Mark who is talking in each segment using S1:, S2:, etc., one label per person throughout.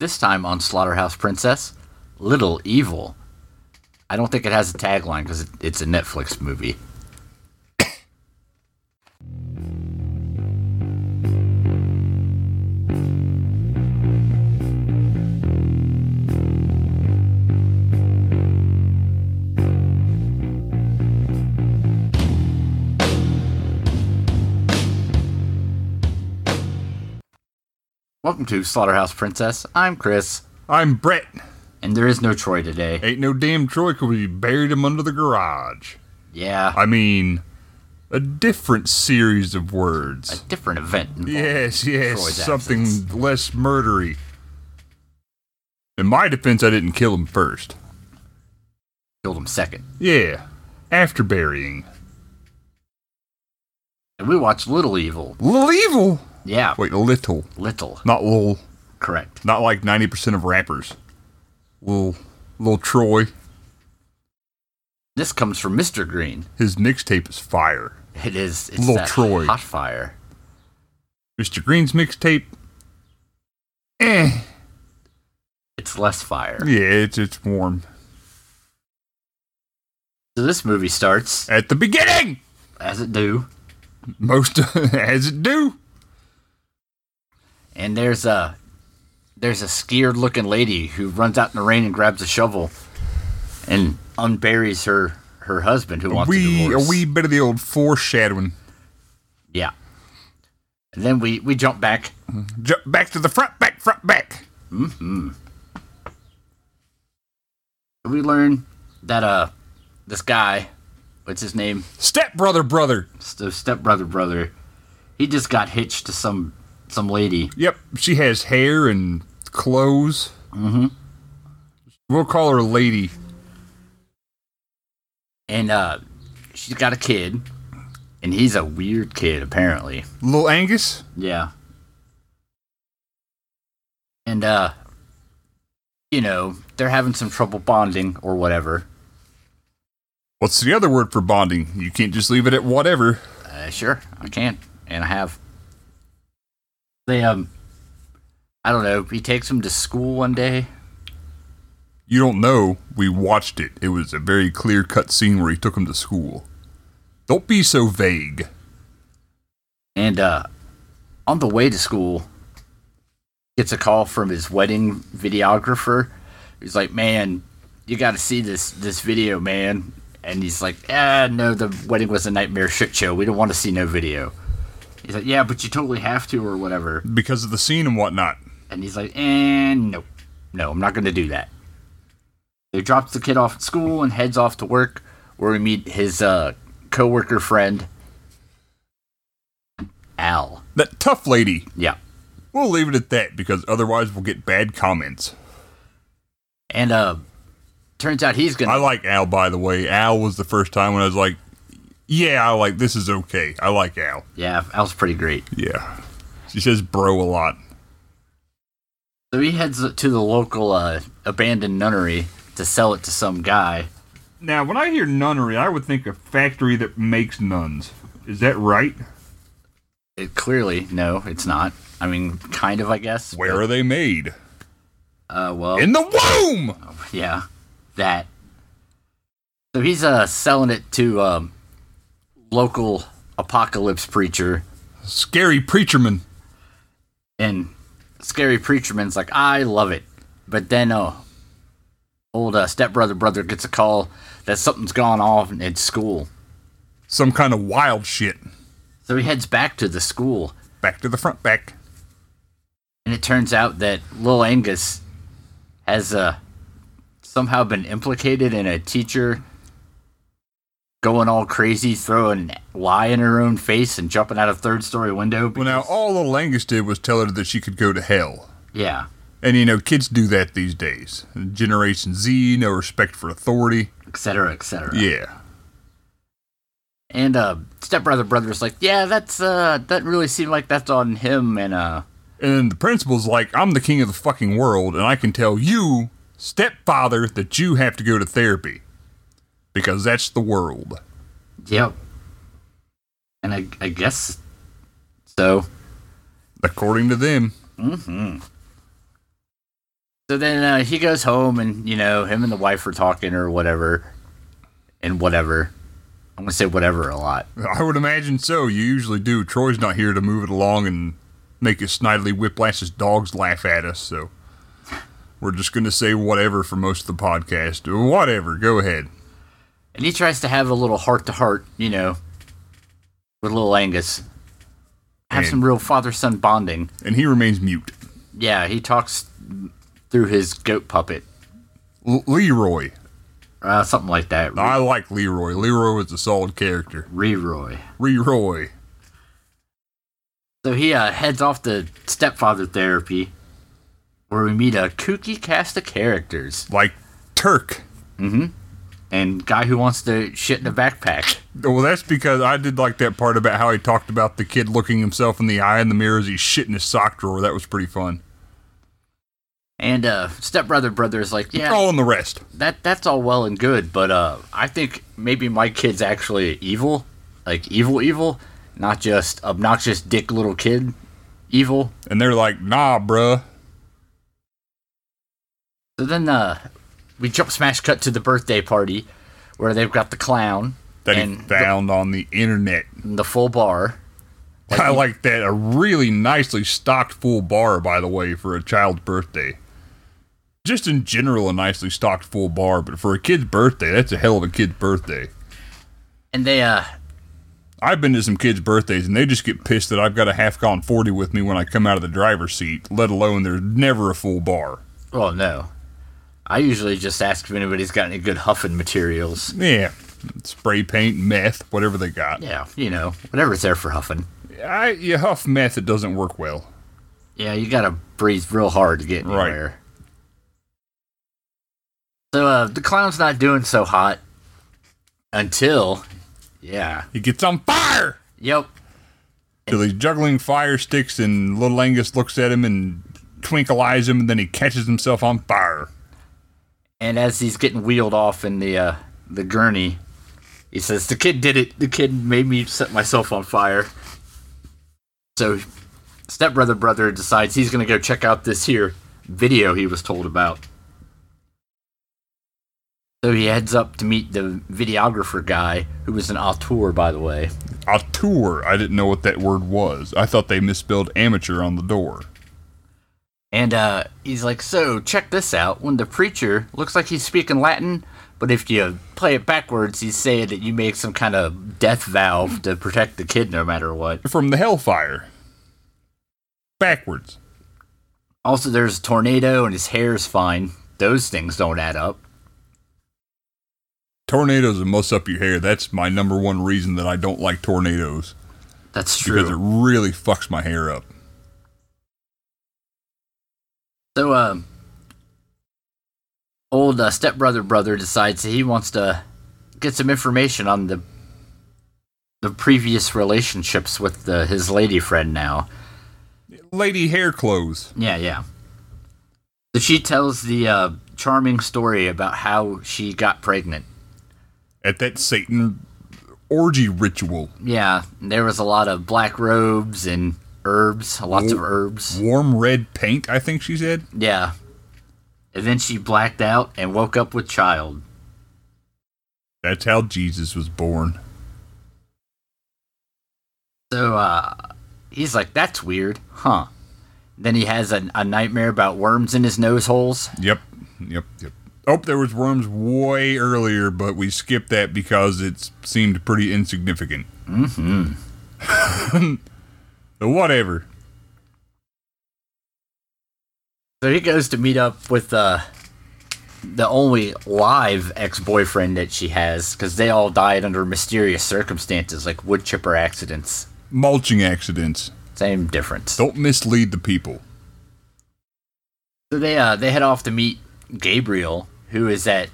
S1: This time on Slaughterhouse Princess, Little Evil. I don't think it has a tagline because it, it's a Netflix movie. Welcome to Slaughterhouse Princess. I'm Chris,
S2: I'm Brett.
S1: and there is no Troy today.
S2: Ain't no damn Troy could we buried him under the garage.
S1: Yeah,
S2: I mean, a different series of
S1: a
S2: words.
S1: different event. involved.
S2: Yes, yes,
S1: Troy's
S2: something
S1: absence.
S2: less murdery. In my defense, I didn't kill him first.
S1: Killed him second.
S2: Yeah, after burying.
S1: And we watched Little Evil.
S2: Little evil.
S1: Yeah,
S2: Wait, little,
S1: Little.
S2: not lil.
S1: Correct.
S2: Not like ninety percent of rappers. Lil, Lil Troy.
S1: This comes from Mr. Green.
S2: His mixtape is fire.
S1: It is. It's
S2: Little
S1: that
S2: Troy.
S1: Hot fire.
S2: Mr. Green's mixtape. Eh.
S1: It's less fire.
S2: Yeah, it's it's warm.
S1: So this movie starts
S2: at the beginning.
S1: as it do,
S2: Most as it do.
S1: and there's a there's a scared looking lady who runs out in the rain and grabs a shovel and unburies her her husband who
S2: A
S1: wants a
S2: wee, a
S1: divorce.
S2: wee bit of the old foreshadowing.
S1: Yeah. And then we we jump back.
S2: Jump back to the front, back, front, back.
S1: We learn that uh this guy, what's his name?
S2: Step brother, brother.
S1: St- stepbrother brother. He just got hitched to some some lady.
S2: Yep, she has hair and clothes. Mm-hmm. We'll call her Lady.
S1: and uh she's got a kid and he's a weird kid apparently
S2: Little Angus.
S1: yeah and uh you know they're having some trouble bonding or whatever
S2: What's the other word for bonding? You can't just leave it at whatever.
S1: uh, sure i can and i have they um i don't know he takes him to school one day
S2: You don't know. We watched it. It was a very clear cut scene where he took him to school. Don't be so vague.
S1: and uh on the way to school gets a call from his wedding videographer he's like man you gotta see this this video man and he's like ah no the wedding was a nightmare shit show we don't want to see no video he's like yeah but you totally have to or whatever
S2: Because of the scene and whatnot.
S1: and he's like and no no i'm not gonna do that they drops the kid off at school and heads off to work where we meet his uh coworker friend al
S2: That tough lady.
S1: yeah
S2: We'll leave it at that because otherwise we'll get bad comments.
S1: And uh turns out he's gonna
S2: I like Al, by the way. Al was the first time when I was like, yeah, I like this is okay. I like Al.
S1: Yeah, Al's pretty great.
S2: Yeah. She says bro a lot.
S1: So he heads to the local uh abandoned nunnery to sell it to some guy.
S2: Now, when I hear nunnery, I would think a factory that makes nuns. Is that right?
S1: It clearly no, it's not. I mean kind of I guess.
S2: Where are they made?
S1: Uh well
S2: In the womb!
S1: yeah. That. So he's uh selling it to um local apocalypse preacher
S2: Scary preacherman.
S1: and scary preacherman's like i love it but then uh old uh, stepbrother brother gets a call that something's gone off at school
S2: Some kind of wild shit.
S1: so he heads back to the school
S2: Back to the front back.
S1: and it turns out that lil angus has uh somehow been implicated in a teacher going all crazy throwing lie in her own face and jumping out a third story window
S2: Well, now, all little Angus did was tell her that she could go to hell.
S1: yeah
S2: And you know, kids do that these days. Generation Z, no respect for authority.
S1: etc etc
S2: Yeah.
S1: And uh stepbrother brother's like, yeah, that's uh that really seemed like that's on him and uh
S2: And the principal's like, I'm the king of the fucking world, and I can tell you, stepfather, that you have to go to therapy. Because that's the world.
S1: Yep. And I I guess so.
S2: According to them.
S1: So then uh, he goes home, and you know, him and the wife are talking or whatever, and whatever. I'm gonna say whatever a lot.
S2: I would imagine so. You usually do. Troy's not here to move it along and make his snidely whiplash's dogs laugh at us, so we're just gonna say whatever for most of the podcast. Whatever. Go ahead.
S1: And he tries to have a little heart to heart, you know, with little Angus. Have
S2: And-
S1: some real father son bonding.
S2: And he remains mute.
S1: Yeah, he talks through his goat puppet,
S2: L- Leroy.
S1: uh, something like that.
S2: I like Leroy. Leroy was a solid character.
S1: Reroy.
S2: Leroy.
S1: So he uh, heads off to stepfather therapy, where we meet a kooky cast of characters
S2: Like Turk.
S1: and guy who wants to shit in a backpack.
S2: Well, that's because I did like that part about how he talked about the kid looking himself in the eye in the mirror as he's shitting his sock drawer. That was pretty fun.
S1: And uh, stepbrother brother is like, yeah,
S2: All in the rest.
S1: that that's all well and good, but uh, I think maybe my kid's actually evil, like evil, evil, not just obnoxious dick little kid, evil.
S2: And they're like, nah, bruh.
S1: So then uh, we jump smash cut to the birthday party, where they've got the clown
S2: That he
S1: and the,
S2: found on the internet.
S1: and the full bar.
S2: I like that. A really nicely stocked full bar, by the way, for a child's birthday. Just in general, a nicely stocked full bar, but for a kid's birthday, that's a hell of a kid's birthday.
S1: And they uh,
S2: I've been to some kids' birthdays and they just get pissed that I've got a half gone 40 with me when I come out of the driver's seat, let alone there's never a full bar.
S1: Well, no. I usually just ask if anybody's got any good huffing materials.
S2: Yeah. Spray paint, meth, whatever they got.
S1: Yeah, you know, whatever's there for huffing.
S2: I, you huff meth, it doesn't work well.
S1: Yeah, you gotta breathe real hard to get
S2: Right.
S1: anywhere. So uh, the clown's not doing so hot until, yeah,
S2: It gets on fire!
S1: yep,
S2: Till he's juggling fire sticks and little Angus looks at him and twinkle eyes him and then he catches himself on fire.
S1: And as he's getting wheeled off in the uh, the gurney, he says, "The kid did it. The kid made me set myself on fire." So, stepbrother brother decides he's gonna go check out this here video he was told about. So he heads up to meet the videographer guy, who was an auteur, by the way.
S2: Auteur, I didn't know what that word was. I thought they misspelled amateur on the door.
S1: And uh, he's like, "So check this out. When the preacher looks like he's speaking Latin, but if you play it backwards, he's saying that you make some kind of death valve to protect the kid, no matter what."
S2: From the hellfire. Backwards.
S1: Also, there's a tornado, and his hair's fine. Those things don't add up.
S2: Tornadoes will muss up your hair. That's my number one reason that I don't like tornadoes
S1: That's
S2: because it
S1: true.
S2: really fucks my hair up.
S1: So, um, old uh, stepbrother brother decides that he wants to get some information on the the previous relationships with the, his lady friend now.
S2: Lady hair clothes.
S1: Yeah, yeah. So she tells the uh, charming story about how she got pregnant.
S2: At that Satan orgy ritual,
S1: Yeah, there was a lot of black robes and herbs, lots of herbs.
S2: warm red paint, I think she said.
S1: Yeah. And then she blacked out and woke up with child.
S2: That's how Jesus was born.
S1: So uh, he's like, that's weird, huh? Then he has a, a nightmare about worms in his nose holes.
S2: Yep, yep, yep. Oh, there was worms way earlier, but we skipped that because it seemed pretty insignificant. Mm-hmm. Whatever.
S1: So he goes to meet up with uh, the only live ex boyfriend that she has, because they all died under mysterious circumstances, like wood chipper accidents.
S2: Mulching accidents.
S1: Same difference.
S2: Don't mislead the people.
S1: So they uh, they head off to meet Gabriel, who is that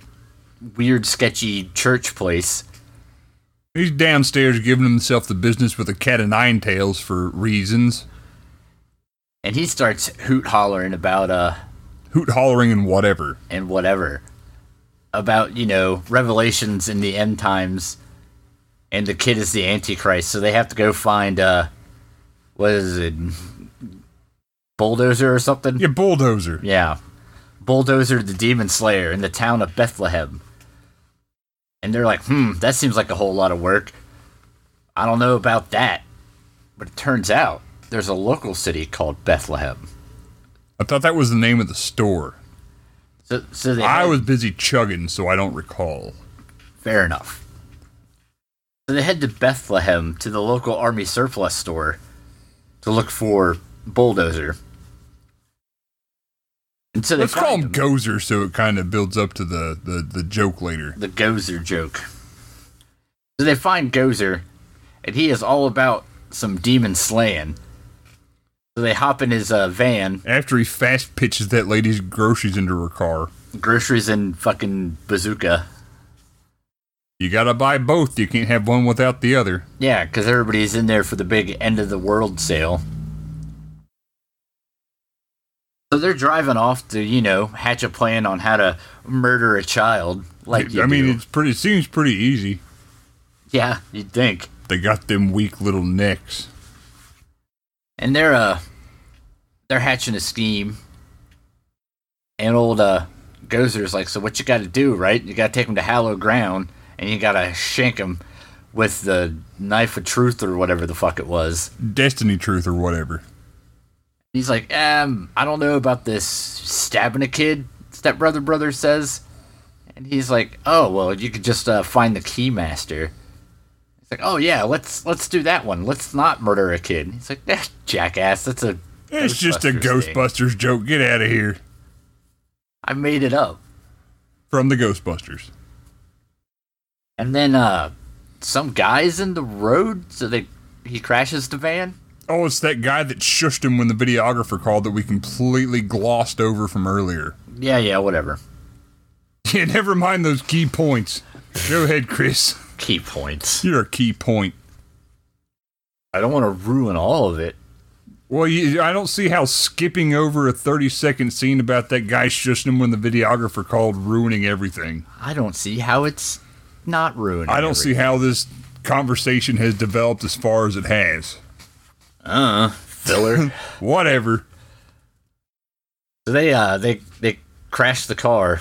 S1: weird, sketchy church place.
S2: He's downstairs giving himself the business with a cat of nine tails for reasons.
S1: And he starts hoot hollering about uh
S2: Hoot hollering and whatever.
S1: and whatever about you know revelations in the end times, and the kid is the antichrist. So they have to go find uh what is it bulldozer or something?
S2: Yeah, bulldozer.
S1: Yeah. Bulldozer the Demon Slayer in the town of Bethlehem. And they're like, hmm, that seems like a whole lot of work. I don't know about that. But it turns out there's a local city called Bethlehem.
S2: I thought that was the name of the store.
S1: So, so they
S2: I
S1: had-
S2: was busy chugging, so I don't recall.
S1: Fair enough. So they head to Bethlehem to the local army surplus store to look for Bulldozer. And so they
S2: Let's call
S1: find
S2: him Gozer, so it kind of builds up to the, the, the joke later.
S1: the Gozer joke. So they find Gozer, and he is all about some demon slaying. So they hop in his uh, van,
S2: After he fast pitches that lady's groceries into her car,
S1: groceries and fucking bazooka.
S2: you gotta buy both. You can't have one without the other.
S1: Yeah, because everybody's in there for the big end of the world sale. So they're driving off to, you know, hatch a plan on how to murder a child. Like you
S2: I mean,
S1: do.
S2: it's pretty. It seems pretty easy.
S1: yeah, you'd think.
S2: They got them weak little necks.
S1: And they're uh, they're hatching a scheme. And old uh, Gozer's like, so what you got to do, right? You got to take him to Hallow Ground, and you got to shank him with the knife of truth or whatever the fuck it was.
S2: Destiny truth or whatever.
S1: He's like, um, I don't know about this stabbing a kid. Stepbrother brother says, and he's like, oh well, you could just uh, find the keymaster. He's like, oh yeah, let's let's do that one. Let's not murder a kid. He's like, that jackass. That's a.
S2: It's just a
S1: Ghostbusters thing.
S2: Ghostbusters joke. Get out of here.
S1: I made it up.
S2: From the Ghostbusters.
S1: And then uh, some guys in the road, so they he crashes the van.
S2: Oh, it's that guy that shushed him when the videographer called that we completely glossed over from earlier.
S1: Yeah, yeah, whatever.
S2: Yeah, never mind those key points. Go ahead, Chris.
S1: Key points.
S2: You're a key point.
S1: I don't want to ruin all of it.
S2: Well, you, I don't see how skipping over a 30 second scene about that guy shushing him when the videographer called ruining everything.
S1: I don't see how it's not ruining.
S2: I don't see how this conversation has developed as far as it has.
S1: Uh, filler.
S2: Whatever.
S1: So they uh they they crashed the car.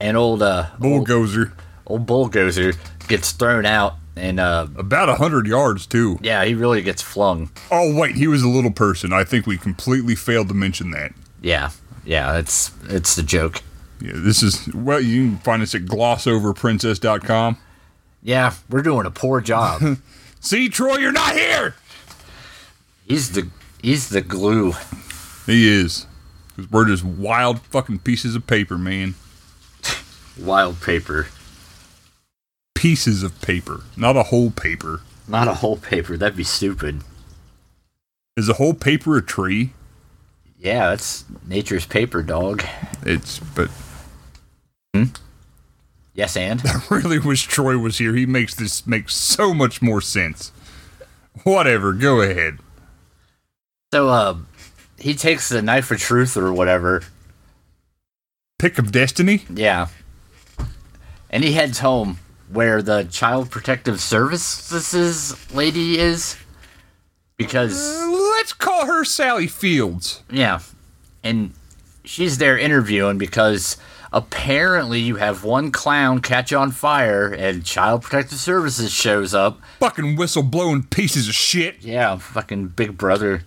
S1: And old uh old,
S2: Bulldozer.
S1: old bulldozer gets thrown out and uh
S2: About a 100 yards, too.
S1: yeah, he really gets flung.
S2: Oh, wait, he was a little person. I think we completely failed to mention that.
S1: Yeah. Yeah, it's it's the joke.
S2: Yeah, this is, well, you can find us at glossoverprincess.com.
S1: Yeah, we're doing a poor job.
S2: See, Troy, you're not here!
S1: he's the he's the glue.
S2: He is. 'Cause we're just wild fucking pieces of paper, man.
S1: Wild paper.
S2: Pieces of paper, not a whole paper.
S1: Not a whole paper, that'd be stupid.
S2: Is a whole paper a tree?
S1: Yeah, that's nature's paper dog.
S2: It's, but
S1: Yes and
S2: I really wish Troy was here. He makes this make so much more sense. Whatever, go ahead.
S1: so uh he takes the knife of truth or whatever
S2: Pick of destiny?
S1: Yeah. And he heads home where the Child Protective Services lady is. Because,
S2: Let's call her Sally Fields.
S1: yeah. And she's there interviewing because apparently you have one clown catch on fire and Child Protective Services shows up.
S2: Fucking whistle blowing pieces of shit.
S1: Yeah, fucking Big Brother,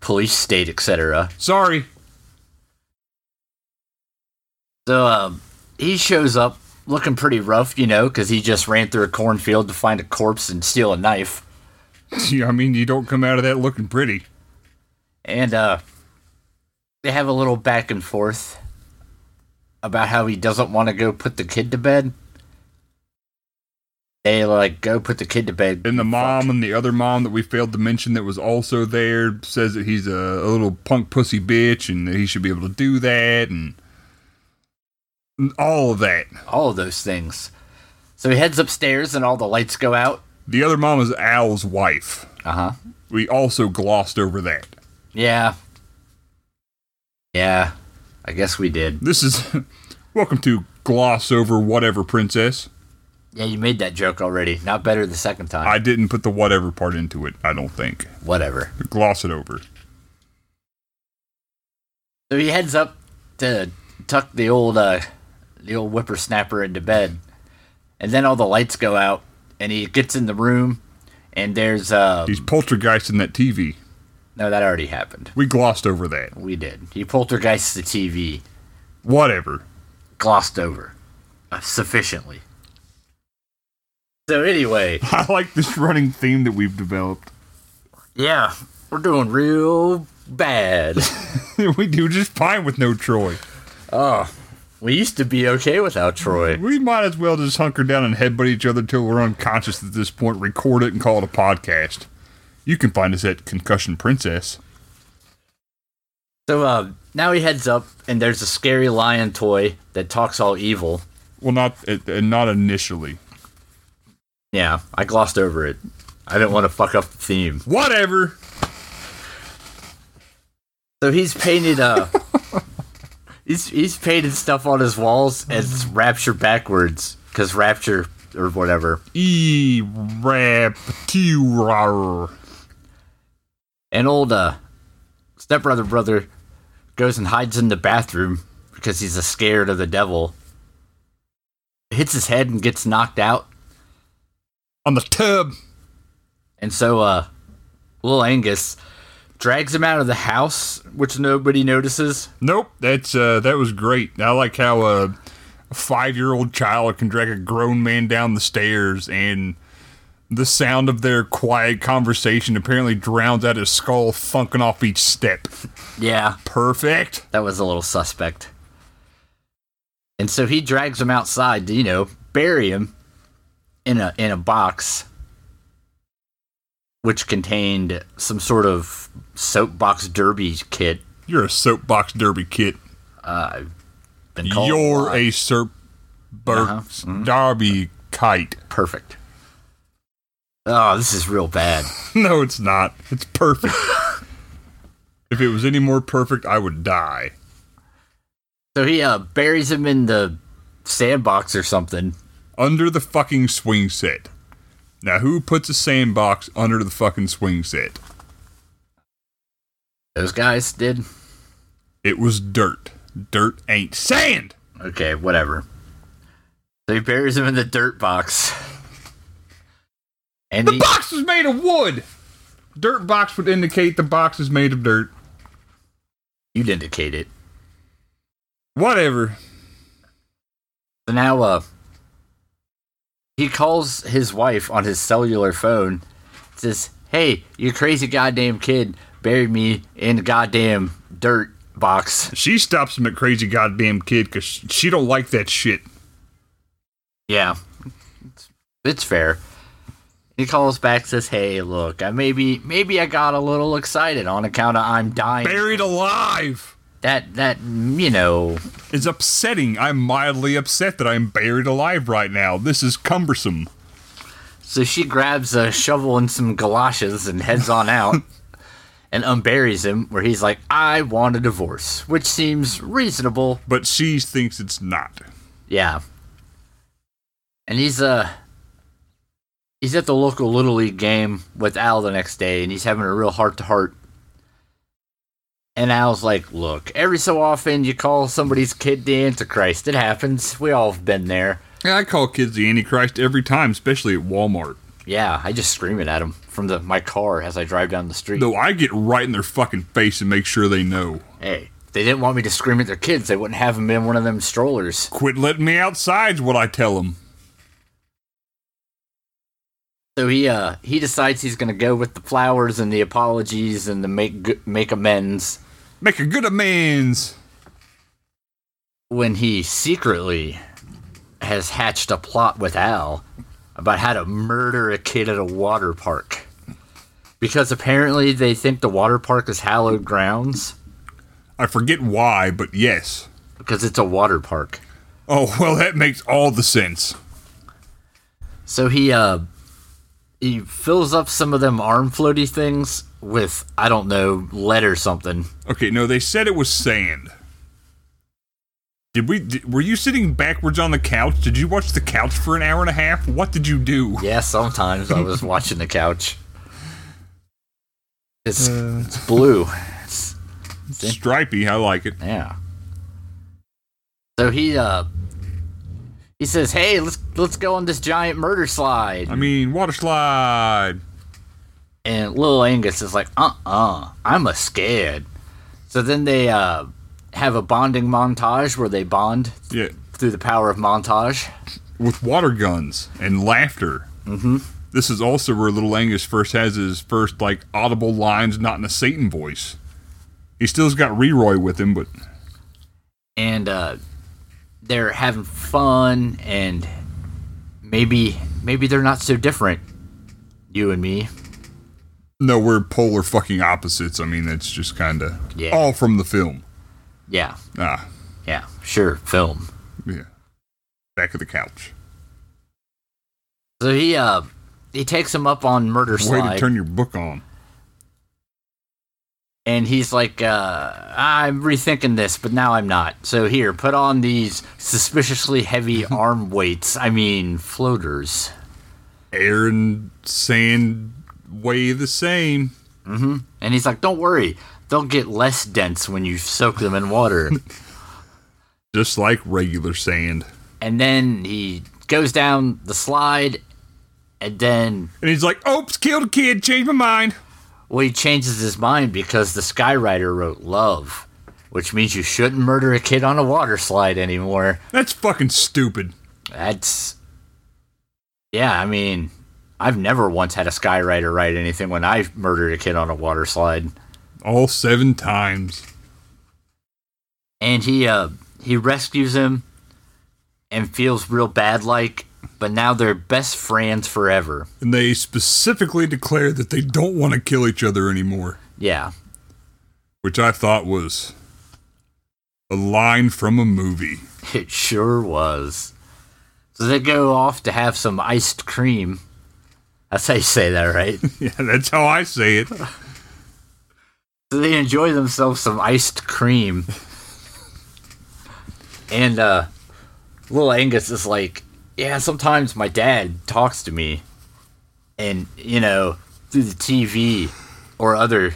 S1: police state, etc.
S2: Sorry.
S1: So um, he shows up looking pretty rough, you know, because he just ran through a cornfield to find a corpse and steal a knife.
S2: Yeah, I mean, you don't come out of that looking pretty.
S1: And uh they have a little back and forth about how he doesn't want to go put the kid to bed. They like go put the kid to bed.
S2: And the mom and the other mom that we failed to mention that was also there says that he's a, a little punk pussy bitch and that he should be able to do that and and all of that.
S1: All of those things. So he heads upstairs and all the lights go out.
S2: The other mom is Al's wife.
S1: Uh huh.
S2: We also glossed over that.
S1: Yeah. Yeah. I guess we did.
S2: This is welcome to gloss over whatever princess.
S1: Yeah, you made that joke already. Not better the second time.
S2: I didn't put the whatever part into it, I don't think.
S1: Whatever.
S2: Gloss it over.
S1: So he heads up to tuck the old uh, the old whippersnapper into bed, and then all the lights go out, and he gets in the room, and there's uh
S2: He's poltergeist in that TV.
S1: no that already happened.
S2: We glossed over that.
S1: We did. He poltergeists the TV,
S2: Whatever.
S1: glossed over uh, sufficiently. So anyway,
S2: I like this running theme that we've developed.
S1: yeah, we're doing real bad.
S2: we do just fine with no Troy.
S1: Oh, we used to be okay without Troy.
S2: We might as well just hunker down and headbutt each other till we're unconscious at this point, record it, and call it a podcast. You can find us at Concussion Princess.
S1: So uh, now he heads up, and there's a scary lion toy that talks all evil.
S2: Well, not uh, uh, not initially.
S1: Yeah, I glossed over it. I didn't want to fuck up the theme.
S2: Whatever.
S1: So he's painted uh he's he's painted stuff on his walls as rapture backwards cuz rapture or whatever.
S2: E rapture.
S1: And old uh stepbrother brother goes and hides in the bathroom because he's a scared of the devil. Hits his head and gets knocked out.
S2: on the tub.
S1: And so uh little Angus drags him out of the house, which nobody notices.
S2: Nope, that's uh, that was great. I like how uh, a five-year-old child can drag a grown man down the stairs, and the sound of their quiet conversation apparently drowns out his skull thunking off each step.
S1: Yeah.
S2: Perfect.
S1: That was a little suspect. And so he drags him outside to, you know, bury him in a in a box which contained some sort of soapbox derby kit. uh,
S2: You're a soapbox derby kid.
S1: Been called
S2: You're a soap box derby kite.
S1: perfect. Oh, this is real bad.
S2: No, it's not. It's perfect. if it was any more perfect, I would die.
S1: So he uh, buries him in the sandbox or something.
S2: under the fucking swing set. Now, who puts a sandbox under the fucking swing set?
S1: Those guys did.
S2: It was dirt. Dirt ain't sand.
S1: Okay, whatever. So he buries him in the dirt box. And
S2: The
S1: he,
S2: box was made of wood. Dirt box would indicate the box is made of dirt.
S1: you'd indicate it.
S2: Whatever.
S1: So now, uh, he calls his wife on his cellular phone. Says, "Hey, you crazy goddamn kid buried me in goddamn dirt box."
S2: She stops him at crazy goddamn kid because she don't like that shit.
S1: Yeah, it's, it's fair. He calls back, says, "Hey, look, I maybe maybe I got a little excited on account of I'm dying.
S2: Buried alive
S1: That that you know,
S2: is upsetting. I'm mildly upset that I'm buried alive right now. This is cumbersome.
S1: So she grabs a shovel and some galoshes and heads on out and unburies him, where he's like, I want a divorce, which seems reasonable.
S2: But she thinks it's not.
S1: Yeah. And he's, uh, he's at the local Little League game with Al the next day, and he's having a real heart to heart. And Al's like, Look, every so often you call somebody's kid the Antichrist. It happens. We all have been there.
S2: Yeah, I call kids the Antichrist every time, especially at Walmart.
S1: Yeah, I just scream it at him from the, my car as I drive down the street.
S2: Though I get right in their fucking face and make sure they know.
S1: Hey, if they didn't want me to scream at their kids. They wouldn't have them in one of them strollers.
S2: Quit letting me outside's what I tell them.
S1: So he uh he decides he's gonna go with the flowers and the apologies and the make g- make amends.
S2: Make a good amends.
S1: When he secretly has hatched a plot with Al about how to murder a kid at a water park. Because apparently they think the water park is hallowed grounds
S2: I forget why, but yes.
S1: because it's a water park.
S2: Oh, well, that makes all the sense.
S1: So he uh he fills up some of them arm floaty things with I don't know lead or something.
S2: Okay, no, they said it was sand. Did we? Did, were you sitting backwards on the couch? Did you watch the couch for an hour and a half? What did you do?
S1: Yeah, sometimes I was watching the couch. It's, it's blue. It's, See?
S2: Stripey, I like it.
S1: Yeah. So he uh he says, "Hey, let's let's go on this giant murder slide."
S2: I mean, water slide.
S1: And little Angus is like, "Uh uh-uh, uh, i am a scared." So then they uh have a bonding montage where they bond
S2: Yeah,
S1: through the power of montage.
S2: with water guns and laughter. Mm-hmm. This is also where Little Angus first has his first like audible lines, not in a Satan voice. He still's got Leroy with him, but
S1: and uh, they're having fun and maybe maybe they're not so different you and me
S2: no, we're polar fucking opposites. I mean, that's just kind of
S1: Yeah.
S2: all from the film.
S1: yeah
S2: Ah,
S1: yeah sure film
S2: yeah, back of the couch.
S1: so he uh he takes him up on murder
S2: Way to
S1: slide
S2: turn your book on.
S1: and he's like uh i'm rethinking this but now i'm not so here put on these suspiciously heavy arm weights i mean floaters
S2: Air and sand weigh the same.
S1: and he's like don't worry they'll get less dense when you soak them in water
S2: just like regular sand.
S1: and then he goes down the slide and then
S2: And he's like, "Oops, killed a kid. Changed my mind."
S1: well he changes his mind because the skywriter wrote love which means you shouldn't murder a kid on a water slide anymore
S2: That's fucking stupid.
S1: that's yeah i mean i've never once had a skywriter write anything when i've murdered a kid on a water slide
S2: All seven times.
S1: and he uh he rescues him and feels real bad like but now they're best friends forever
S2: And they specifically declare that they don't want to kill each other anymore,
S1: yeah
S2: which I thought was a line from a movie.
S1: It sure was. So they go off to have some iced cream. That's how you say that, right?
S2: Yeah, that's how I say it.
S1: so they enjoy themselves some iced cream. and uh little Angus is like, Yeah, sometimes my dad talks to me and you know, through the TV or other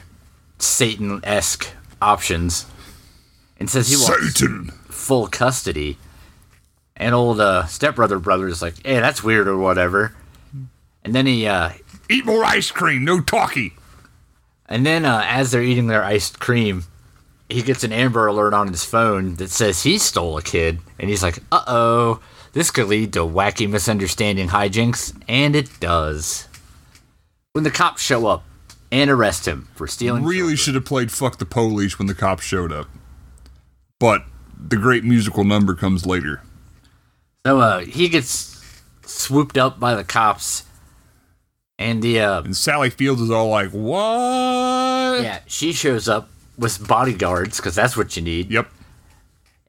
S1: Satan esque options. And says he wants
S2: Satan.
S1: full custody. And old uh, stepbrother brother is like, hey, that's weird or whatever. And then he, uh,
S2: Eat more ice cream. No talkie.
S1: and then uh, as they're eating their iced cream, he gets an Amber Alert on his phone that says he stole a kid, and he's like, uh oh, this could lead to wacky misunderstanding hijinks, and it does. When the cops show up and arrest him for stealing,
S2: Really should have played "Fuck the Police" when the cops showed up, but the great musical number comes later.
S1: so uh, he gets swooped up by the cops, and the uh,
S2: And Sally Fields is all like, "What?"
S1: Yeah, she shows up with bodyguards because that's what you need.
S2: Yep.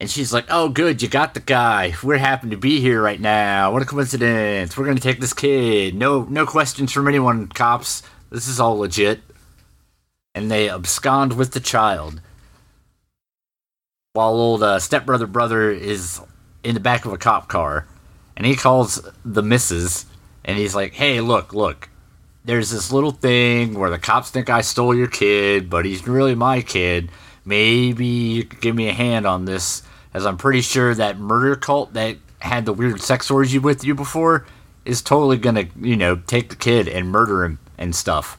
S1: And she's like, "Oh, good, you got the guy. We're happy to be here right now. What a coincidence. We're gonna take this kid. No, no questions from anyone. Cops, this is all legit." And they abscond with the child, while old uh, stepbrother brother is in the back of a cop car, and he calls the missus, and he's like, "Hey, look, look, there's this little thing where the cops think I stole your kid, but he's really my kid. Maybe you could give me a hand on this, as I'm pretty sure that murder cult that had the weird sex orgy with you before is totally gonna, you know, take the kid and murder him and stuff.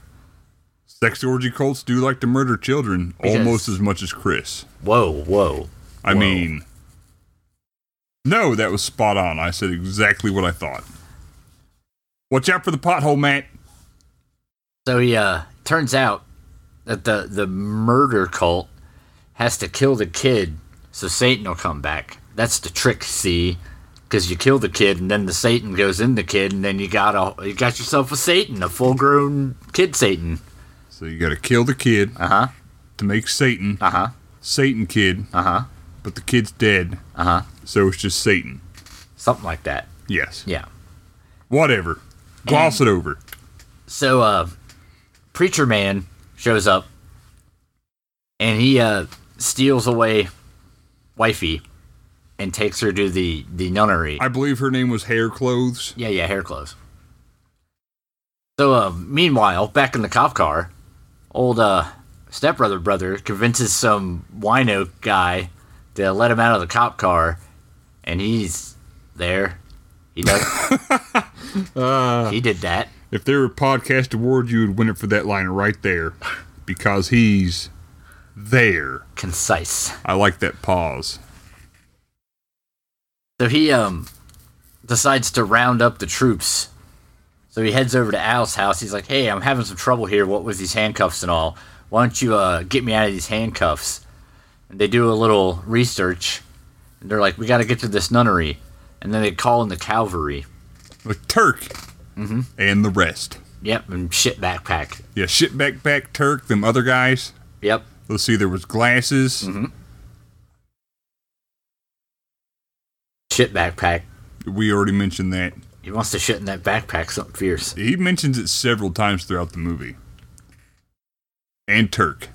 S2: Sex orgy cults do like to murder children
S1: Because-
S2: almost as much as Chris.
S1: Whoa, whoa.
S2: I
S1: Whoa.
S2: mean, no, that was spot on. I said exactly what I thought. Watch out for the pothole, Matt.
S1: So he uh turns out that the the murder cult has to kill the kid so Satan will come back. That's the trick, see? Because you kill the kid and then the Satan goes in the kid and then you got a you got yourself a Satan, a full grown kid Satan.
S2: So you got to kill the kid
S1: Uh huh.
S2: to make Satan,
S1: Uh huh.
S2: Satan kid,
S1: Uh huh.
S2: but the kid's dead,
S1: Uh huh.
S2: so it's just Satan.
S1: Something like that.
S2: Yes.
S1: Yeah.
S2: Whatever. Gloss it over.
S1: so uh preacher man shows up and he uh steals away wifey and takes her to the the nunnery
S2: I believe her name was Hair Clothes.
S1: yeah yeah hair clothes so uh meanwhile back in the cop car old uh stepbrother brother convinces some wino guy to let him out of the cop car, and he's there. He does. he did that.
S2: If there were a podcast award, you would win it for that line right there because he's there.
S1: Concise.
S2: I like that pause.
S1: So he um decides to round up the troops. So he heads over to Al's house. He's like, "Hey, I'm having some trouble here. What with these handcuffs and all? Why don't you uh, get me out of these handcuffs?" And they do a little research, and they're like, "We got to get to this nunnery." And then they call in the cavalry.
S2: The Turk and the rest.
S1: Yep, and shit backpack.
S2: Yeah, shit backpack Turk, them other guys.
S1: Yep,
S2: Let's see, there was glasses.
S1: shit backpack.
S2: We already mentioned that.
S1: He wants to shit in that backpack something fierce.
S2: He mentions it several times throughout the movie. And Turk.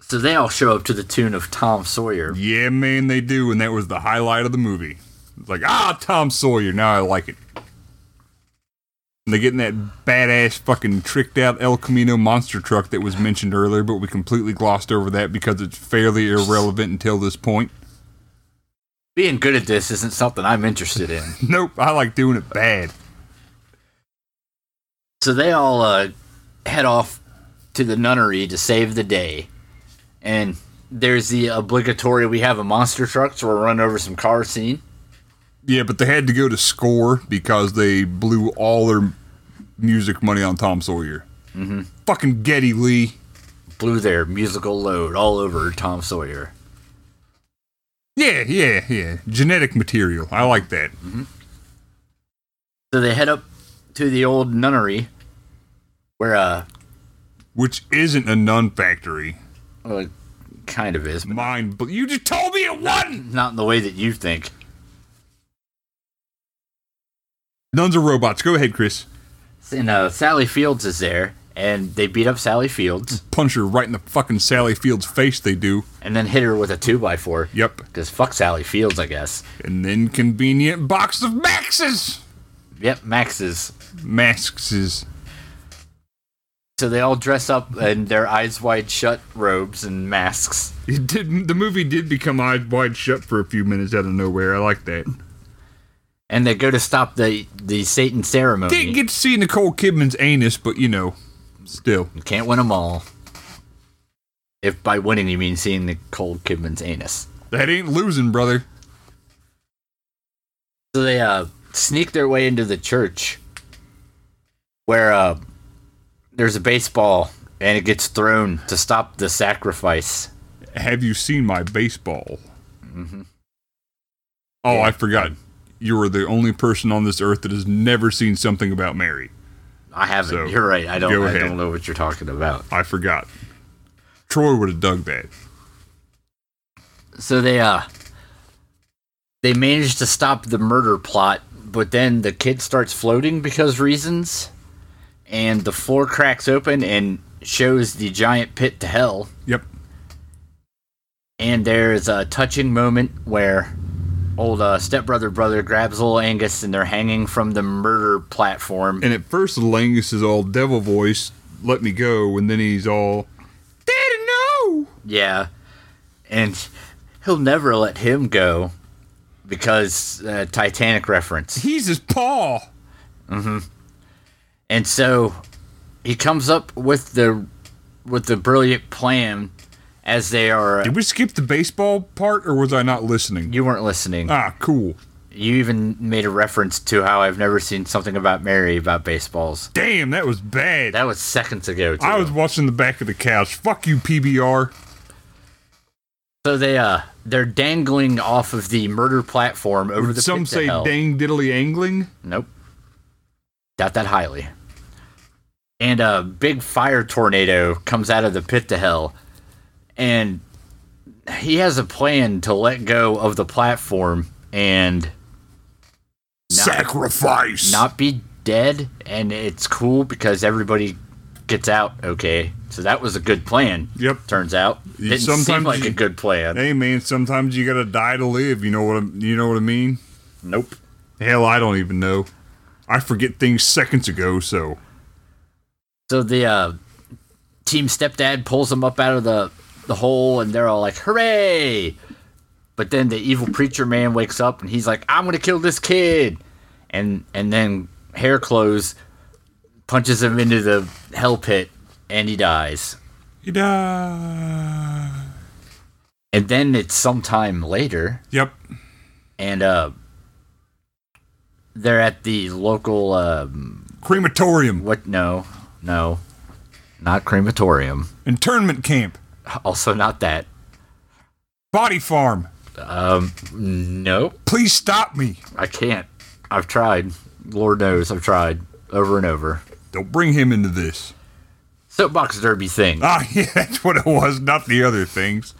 S1: So they all show up to the tune of Tom Sawyer.
S2: Yeah, man, they do, and that was the highlight of the movie. It's like, ah, Tom Sawyer, now I like it. And they get in that badass fucking tricked out El Camino monster truck that was mentioned earlier, but we completely glossed over that because it's fairly irrelevant until this point.
S1: Being good at this isn't something I'm interested in.
S2: Nope, I like doing it bad.
S1: So they all uh, head off to the nunnery to save the day. And there's the obligatory we have a monster truck, so we're running over some car scene.
S2: Yeah, but they had to go to score because they blew all their music money on Tom Sawyer. Mm-hmm. Fucking Getty Lee.
S1: Blew their musical load all over Tom Sawyer.
S2: Yeah, yeah, yeah. Genetic material. I like that.
S1: So they head up to the old nunnery where, uh,
S2: Which isn't a nun factory.
S1: well, it kind of is, but
S2: Mine, but you just told me it wasn't.
S1: not in the way that you think.
S2: Nuns are robots. Go ahead, Chris.
S1: And uh, Sally Fields is there, and they beat up Sally Fields
S2: Punch her right in the fucking Sally Fields face. They do.
S1: and then hit her with a 2x4.
S2: Yep.
S1: Because fuck Sally Fields, I guess.
S2: An inconvenient box of maxes.
S1: Yep, Max's.
S2: Masks is
S1: So they all dress up in their eyes wide shut robes and masks.
S2: It did. The movie did become eyes wide shut for a few minutes out of nowhere. I like that.
S1: And they go to stop the, the Satan ceremony.
S2: Didn't get to see Nicole Kidman's anus, but you know, still.
S1: You can't win them all. If by winning you mean seeing the cold Kidman's anus.
S2: That ain't losing, brother.
S1: So they uh, sneak their way into the church where uh, there's a baseball and it gets thrown to stop the sacrifice.
S2: Have you seen my baseball? Mm-hmm. Oh, I forgot. You are the only person on this earth that has never seen something about Mary.
S1: I haven't.
S2: So,
S1: you're right. I don't.
S2: go
S1: I
S2: ahead.
S1: don't know what you're talking about.
S2: I forgot. Troy would have dug that.
S1: So they uh they manage to stop the murder plot, but then the kid starts floating because reasons, and the floor cracks open and shows the giant pit to hell.
S2: Yep.
S1: And there's a touching moment where old uh, stepbrother brother grabs little Angus and they're hanging from the murder platform.
S2: And at first, Langus is all devil voice, let me go, and then he's all, Daddy, no!
S1: Yeah. And he'll never let him go because uh, Titanic reference.
S2: He's his paw.
S1: And so he comes up with the with the brilliant plan as they are
S2: Did we skip the baseball part, or was I not listening?
S1: you weren't listening.
S2: Ah, cool.
S1: You even made a reference to how I've never seen something about Mary about baseballs.
S2: Damn, that was bad.
S1: That was seconds ago. Too.
S2: I was watching the back of the couch. Fuck you, PBR.
S1: so they uh they're dangling off of the murder platform over the
S2: Some
S1: pit to
S2: say
S1: hell.
S2: dang diddly angling.
S1: Nope. Doubt that highly. And a big fire tornado comes out of the pit to hell. And he has a plan to let go of the platform and
S2: Sacrifice.
S1: not be dead. And it's cool because everybody gets out okay. So that was a good plan.
S2: Yep.
S1: Turns out.
S2: You-
S1: Didn't seem
S2: sometimes
S1: like
S2: you-
S1: a good plan.
S2: Hey man, sometimes you gotta die to live. You know what I, you know what I mean?
S1: Nope.
S2: Hell, I don't even know. I forget things seconds ago. So
S1: So the uh, team stepdad pulls them up out of the, the hole, and they're all like, hooray! But then the evil preacher man wakes up, and he's like, I'm going to kill this kid! And, and then Hair Clothes punches him into the hell pit, and he dies.
S3: He died.
S1: And then it's sometime later,
S3: Yep.
S1: and uh, they're at the local um,
S2: Crematorium,
S1: what? No, no, not crematorium.
S2: internment camp,
S1: Also, not that.
S2: body farm.
S1: Um, nope,
S2: Please stop me.
S1: I can't. I've tried. Lord knows, I've tried over and over.
S2: Don't bring him into this.
S1: Soapbox derby thing,
S2: Ah, yeah, that's what it was, not the other things.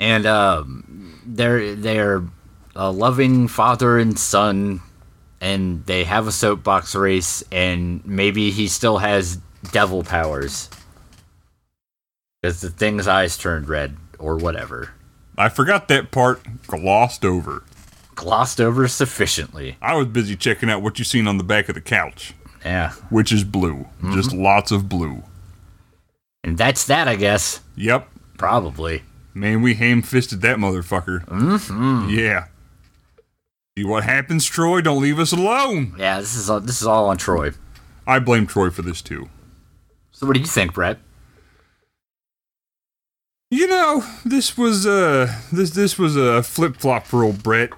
S1: and um, they're they're a loving father and son, and they have a soapbox race, and maybe he still has devil powers. Because the thing's eyes turned red or whatever.
S2: I forgot that part. Glossed over.
S1: Glossed over sufficiently.
S2: I was busy checking out what you seen on the back of the couch,
S1: Yeah.
S2: which is blue. Just lots of blue.
S1: And that's that, I guess.
S2: Yep.
S1: Probably.
S2: Man, we ham fisted that motherfucker. Mm-hmm. Yeah. See what happens, Troy? Don't leave us alone.
S1: Yeah, this is all, this is all on Troy.
S2: I blame Troy for this too.
S1: So what do you think, Brett?
S2: You know, this was uh this this was a flip flop for old Brett.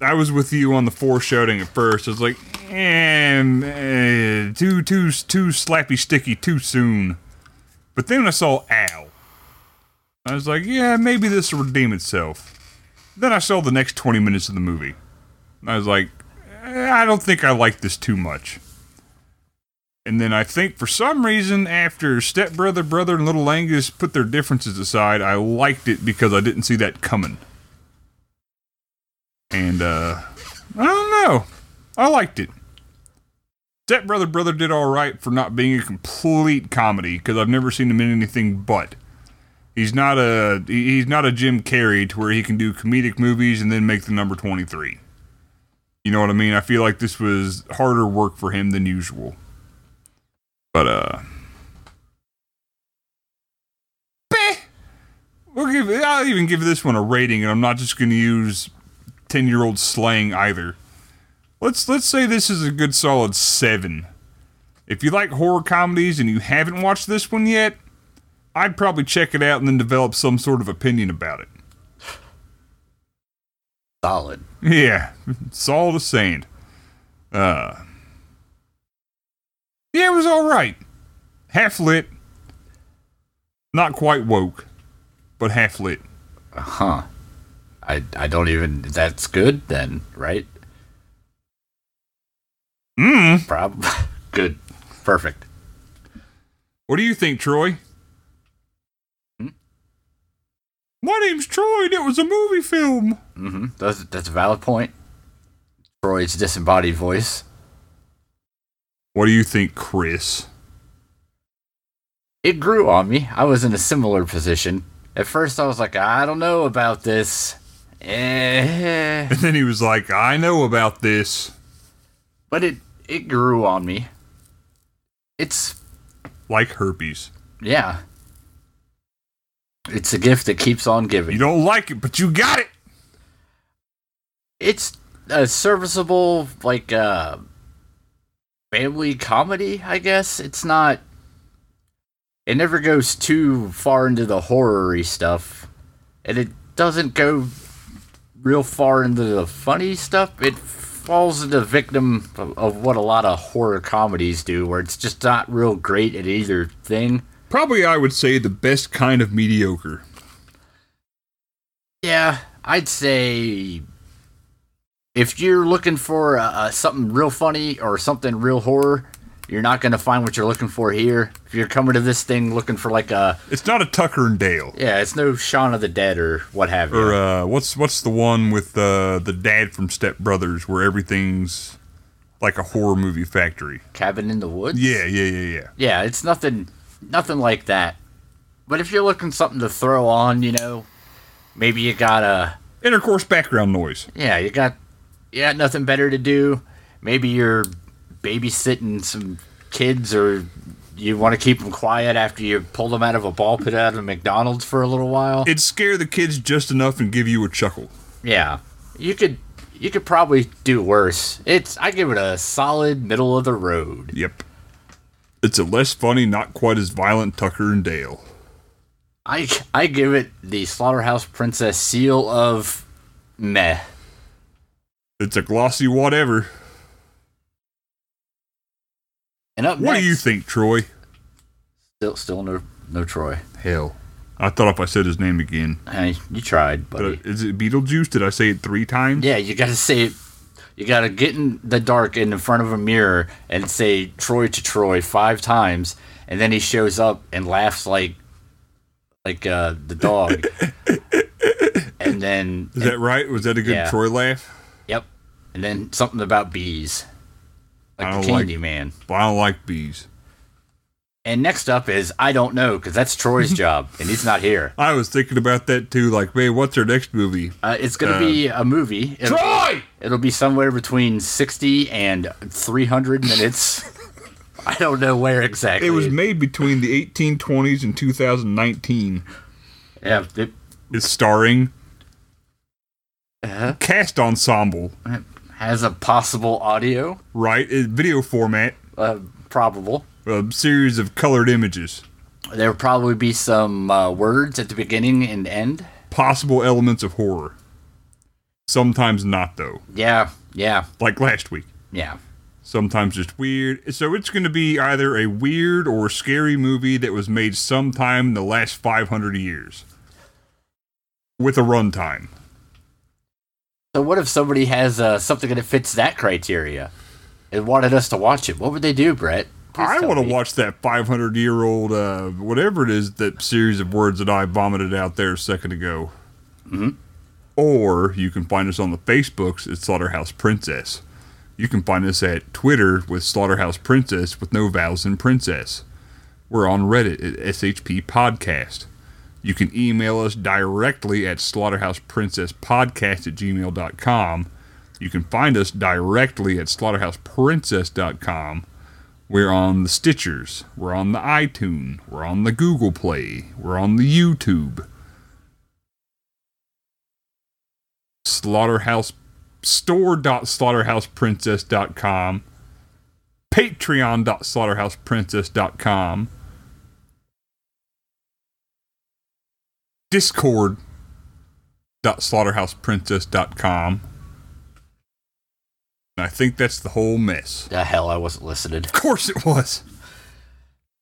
S2: I was with you on the foreshouting at first. I was like, eh, eh, too too too slappy sticky too soon. But then I saw Al. I was like, yeah, maybe this will redeem itself. Then I saw the next twenty minutes of the movie. And I was like, eh, I don't think I like this too much. And then I think for some reason, after Stepbrother, Brother, and Little Angus put their differences aside, I liked it because I didn't see that coming. And, uh, I don't know. I liked it. Stepbrother, Brother did all right for not being a complete comedy because I've never seen him in anything but. He's not a he- he's not a Jim Carrey to where he can do comedic movies and then make the number 23. You know what I mean? I feel like this was harder work for him than usual. But uh Beh. We'll give I'll even give this one a rating and I'm not just gonna use ten year old slang either. Let's let's say this is a good solid seven. If you like horror comedies and you haven't watched this one yet, I'd probably check it out and then develop some sort of opinion about it.
S1: Solid.
S2: Yeah, it's all the same. Uh, yeah, it was all right. Half lit, not quite woke, but half lit.
S1: Huh. I I don't even that's good then, right?
S2: Mm.
S1: Prob good. Perfect.
S2: What do you think, Troy?
S1: Hmm?
S2: My name's Troy, and it was a movie film.
S1: Mm-hmm. That's that's a valid point. Troy's disembodied voice.
S2: What do you think, Chris?
S1: It grew on me. I was in a similar position. At first I was like, I don't know about this. Eh.
S2: And then he was like, "I know about this."
S1: But it it grew on me. It's
S2: Like herpes,
S1: yeah. It's a gift that keeps on giving.
S2: you don't like it, but you got it.
S1: it's a serviceable like uh family comedy i guess it's not it never goes too far into the horror stuff and it doesn't go real far into the funny stuff it falls into victim of, of what a lot of horror comedies do where it's just not real great at either thing
S2: Probably, I would say the best kind of mediocre.
S1: Yeah, I'd say if you're looking for uh, uh, something real funny or something real horror, you're not going to find what you're looking for here. If you're coming to this thing looking for like a
S2: It's not a Tucker and Dale.
S1: yeah, it's no Shaun of the Dead or what have you.
S2: Or uh, what's what's the one with uh, the dad from Step Brothers where everything's like a horror movie factory?
S1: Cabin in the Woods.
S2: Yeah, yeah, yeah, yeah.
S1: yeah, it's nothing, nothing like that. But if you're looking something to throw on, you know, maybe you got a
S2: Intercourse background noise.
S1: yeah, you got you got nothing better to do. Maybe you're babysitting some kids or you want to keep them quiet after you pull them out of a ball pit out of McDonald's for a little while.
S2: It'd scare the kids just enough and give you a chuckle.
S1: Yeah, you could you could probably do worse. It's I give it a solid middle of the road.
S2: Yep. It's a less funny, not quite as violent Tucker and Dale.
S1: I I give it the Slaughterhouse Princess seal of meh.
S2: It's a glossy whatever.
S1: And up
S2: What
S1: next,
S2: do you think, Troy?
S1: Still, still no no Troy.
S2: Hell. I thought if I said his name again.
S1: Hey, you tried, buddy.
S2: But uh, is it Beetlejuice? Did I say it three times?
S1: Yeah, you gotta say it. You gotta get in the dark and in front of a mirror and say Troy to Troy five times, and then he shows up and laughs like, like uh, the dog. and then,
S2: Is that right? Was that a good
S1: Yeah.
S2: Troy laugh?
S1: yep, and then something about bees,
S2: I
S1: like the
S2: don't like-
S1: Candy Man.
S2: But I don't like bees.
S1: And next up is I don't know because that's Troy's job and he's not here.
S2: I was thinking about that too. Like, man, what's our next movie?
S1: Uh, it's gonna be a movie. It'll,
S2: Um, Troy!
S1: It'll be somewhere between 60 and 300 minutes. I don't know where exactly.
S2: It was made between the 1820s and 2019.
S1: Yeah, it,
S2: It's starring
S1: uh,
S2: cast ensemble,
S1: it has a possible audio,
S2: right? It, video format,
S1: uh, probable.
S2: a series of colored images,
S1: There'll probably be some uh, words at the beginning and end.
S2: possible elements of horror. Sometimes not though,
S1: Yeah, yeah,
S2: like last week.
S1: yeah.
S2: Sometimes just weird. So it's going to be either a weird or scary movie that was made sometime in the last 500 years, with a runtime.
S1: So what if somebody has uh, something that fits that criteria and wanted us to watch it? What would they do, Brett? Please
S2: I
S1: tell
S2: want to
S1: me.
S2: watch that 500 year old, uh, whatever it is, that series of words that I vomited out there a second ago.
S1: Mm-hmm.
S2: Or you can find us on the Facebooks at Slaughterhouse Princess. You can find us at Twitter with Slaughterhouse Princess with no vowels in princess. We're on Reddit at SHP Podcast. You can email us directly at slaughterhouseprincesspodcast at gmail.com. You can find us directly at slaughterhouseprincess.com. We're on the Stitchers. We're on the iTunes. We're on the Google Play. We're on the YouTube. Slaughterhouse store.slaughterhouseprincess.com patreon.slaughterhouseprincess.com discord.slaughterhouseprincess.com and I think that's the whole mess.
S1: The hell, I wasn't listening.
S2: Of course it was.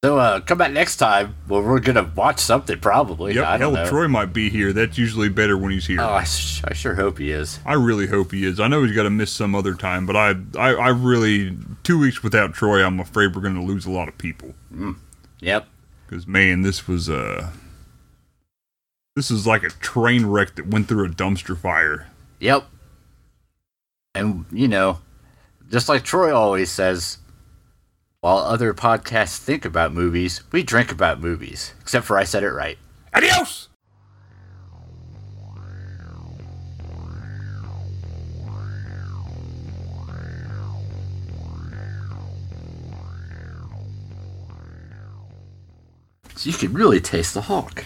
S1: So uh, come back next time where we're gonna watch something. Probably.
S2: Yep,
S1: I don't
S2: hell,
S1: know.
S2: Troy might be here. That's usually better when he's here.
S1: Oh, I, s- I sure hope he is.
S2: I really hope he is. I know he's got to miss some other time, but I, I, I really two weeks without Troy, I'm afraid we're going to lose a lot of people.
S1: Yep.
S2: Because man, this was uh, this is like a train wreck that went through a dumpster fire.
S1: Yep. And, you know, just like Troy always says, while other podcasts think about movies, we drink about movies. Except for I said it right.
S2: Adios.
S1: So you can really taste the hawk.